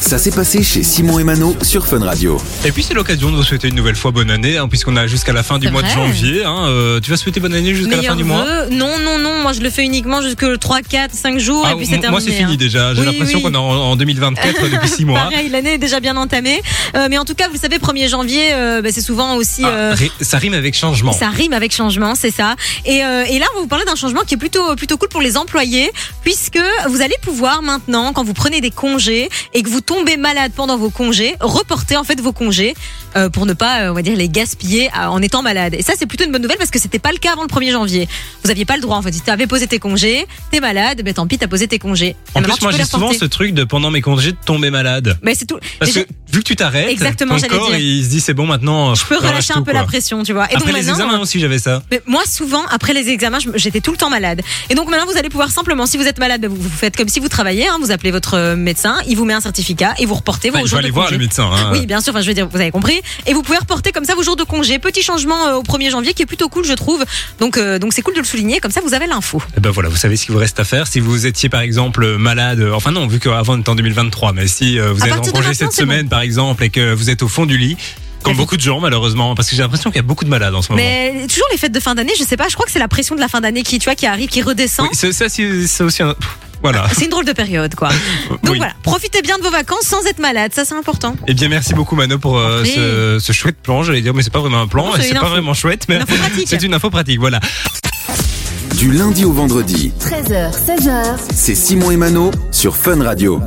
Ça s'est passé chez Simon et Mano sur Fun Radio. Et puis c'est l'occasion de vous souhaiter une nouvelle fois bonne année, hein, puisqu'on a jusqu'à la fin du C'est mois de vrai. janvier. hein, euh, tu vas souhaiter bonne année jusqu'à la fin Meilleurs du mois vœux. Non, non, non, moi je le fais uniquement jusque 3, 4, 5 jours Ah, et puis c'est m- Moi c'est terminé. fini hein. déjà, j'ai Oui, l'impression oui. qu'on est en, en 2024 depuis 6 mois. Pareil, l'année est déjà bien entamée. Euh, mais en tout cas, vous le savez, 1er janvier, euh, bah, c'est souvent aussi... Ah, euh, ri- ça rime avec changement. Ça rime avec changement, c'est ça. Et, euh, et là, on va vous parler d'un changement qui est plutôt, plutôt cool pour les employés, puisque vous allez pouvoir maintenant, quand vous prenez des congés et que vous tombez malade pendant vos congés, reporter en fait vos congés euh, pour ne pas, euh, on va dire, les gaspiller à- en étant malade. Et ça, c'est plutôt une bonne nouvelle parce que c'était pas le cas avant le 1er janvier. Vous aviez pas le droit, en fait. Si t'avais posé tes congés, t'es malade, ben tant pis, t'as posé tes congés. En Maintenant, plus tu moi peux j'ai les souvent reporter. ce truc de pendant mes congés de tomber malade. Mais c'est tout. Parce Déjà, que vu que tu t'arrêtes, Exactement, ton j'allais corps dire. il se dit c'est bon maintenant. je peux relâcher un peu la pression, tu vois. Et Après donc les maintenant, examens aussi j'avais ça. Mais moi, souvent, après les examens, je- j'étais tout le temps malade. Et donc maintenant, vous allez pouvoir simplement, si vous êtes malade, ben, vous, vous faites comme si vous travaillez, hein, vous appelez votre euh, médecin, il vous met un certificat et vous reportez vos Enfin, je jours vais de Bah, aller voir congé. le médecin. hein. Oui, bien sûr, enfin, je veux dire, vous avez compris. Et vous pouvez reporter comme ça vos jours de congé. Petit changement euh, au 1er janvier qui est plutôt cool, je trouve. Donc, euh, donc c'est cool de le souligner, comme ça vous avez l'info. Et ben voilà, vous savez ce qu'il vous reste à faire. Si vous étiez par exemple euh, malade, euh, enfin non, vu qu'avant on était en 2023, mais si euh, vous À êtes en partir de congé maintenant, cette c'est semaine par exemple et que vous êtes au fond du lit, comme Vas-y. beaucoup de gens malheureusement, parce que j'ai l'impression qu'il y a beaucoup de malades en ce moment. Mais toujours les fêtes de fin d'année, je sais pas, je crois que c'est la pression de la fin d'année qui, tu vois, qui arrive, qui redescend. Oui, c'est ça, c'est c'est aussi un... Pff, Voilà. C'est une drôle de période, quoi. Donc Oui. voilà, profitez bien de vos vacances sans être malade, ça c'est important. Eh bien merci beaucoup Mano pour euh, Oui. ce, ce chouette plan, j'allais dire, mais c'est pas vraiment un plan, Non, et c'est c'est une pas info. vraiment chouette, mais Une info pratique. c'est une info pratique, voilà. Du lundi au vendredi, 13h, 16h, c'est Simon et Mano sur Fun Radio.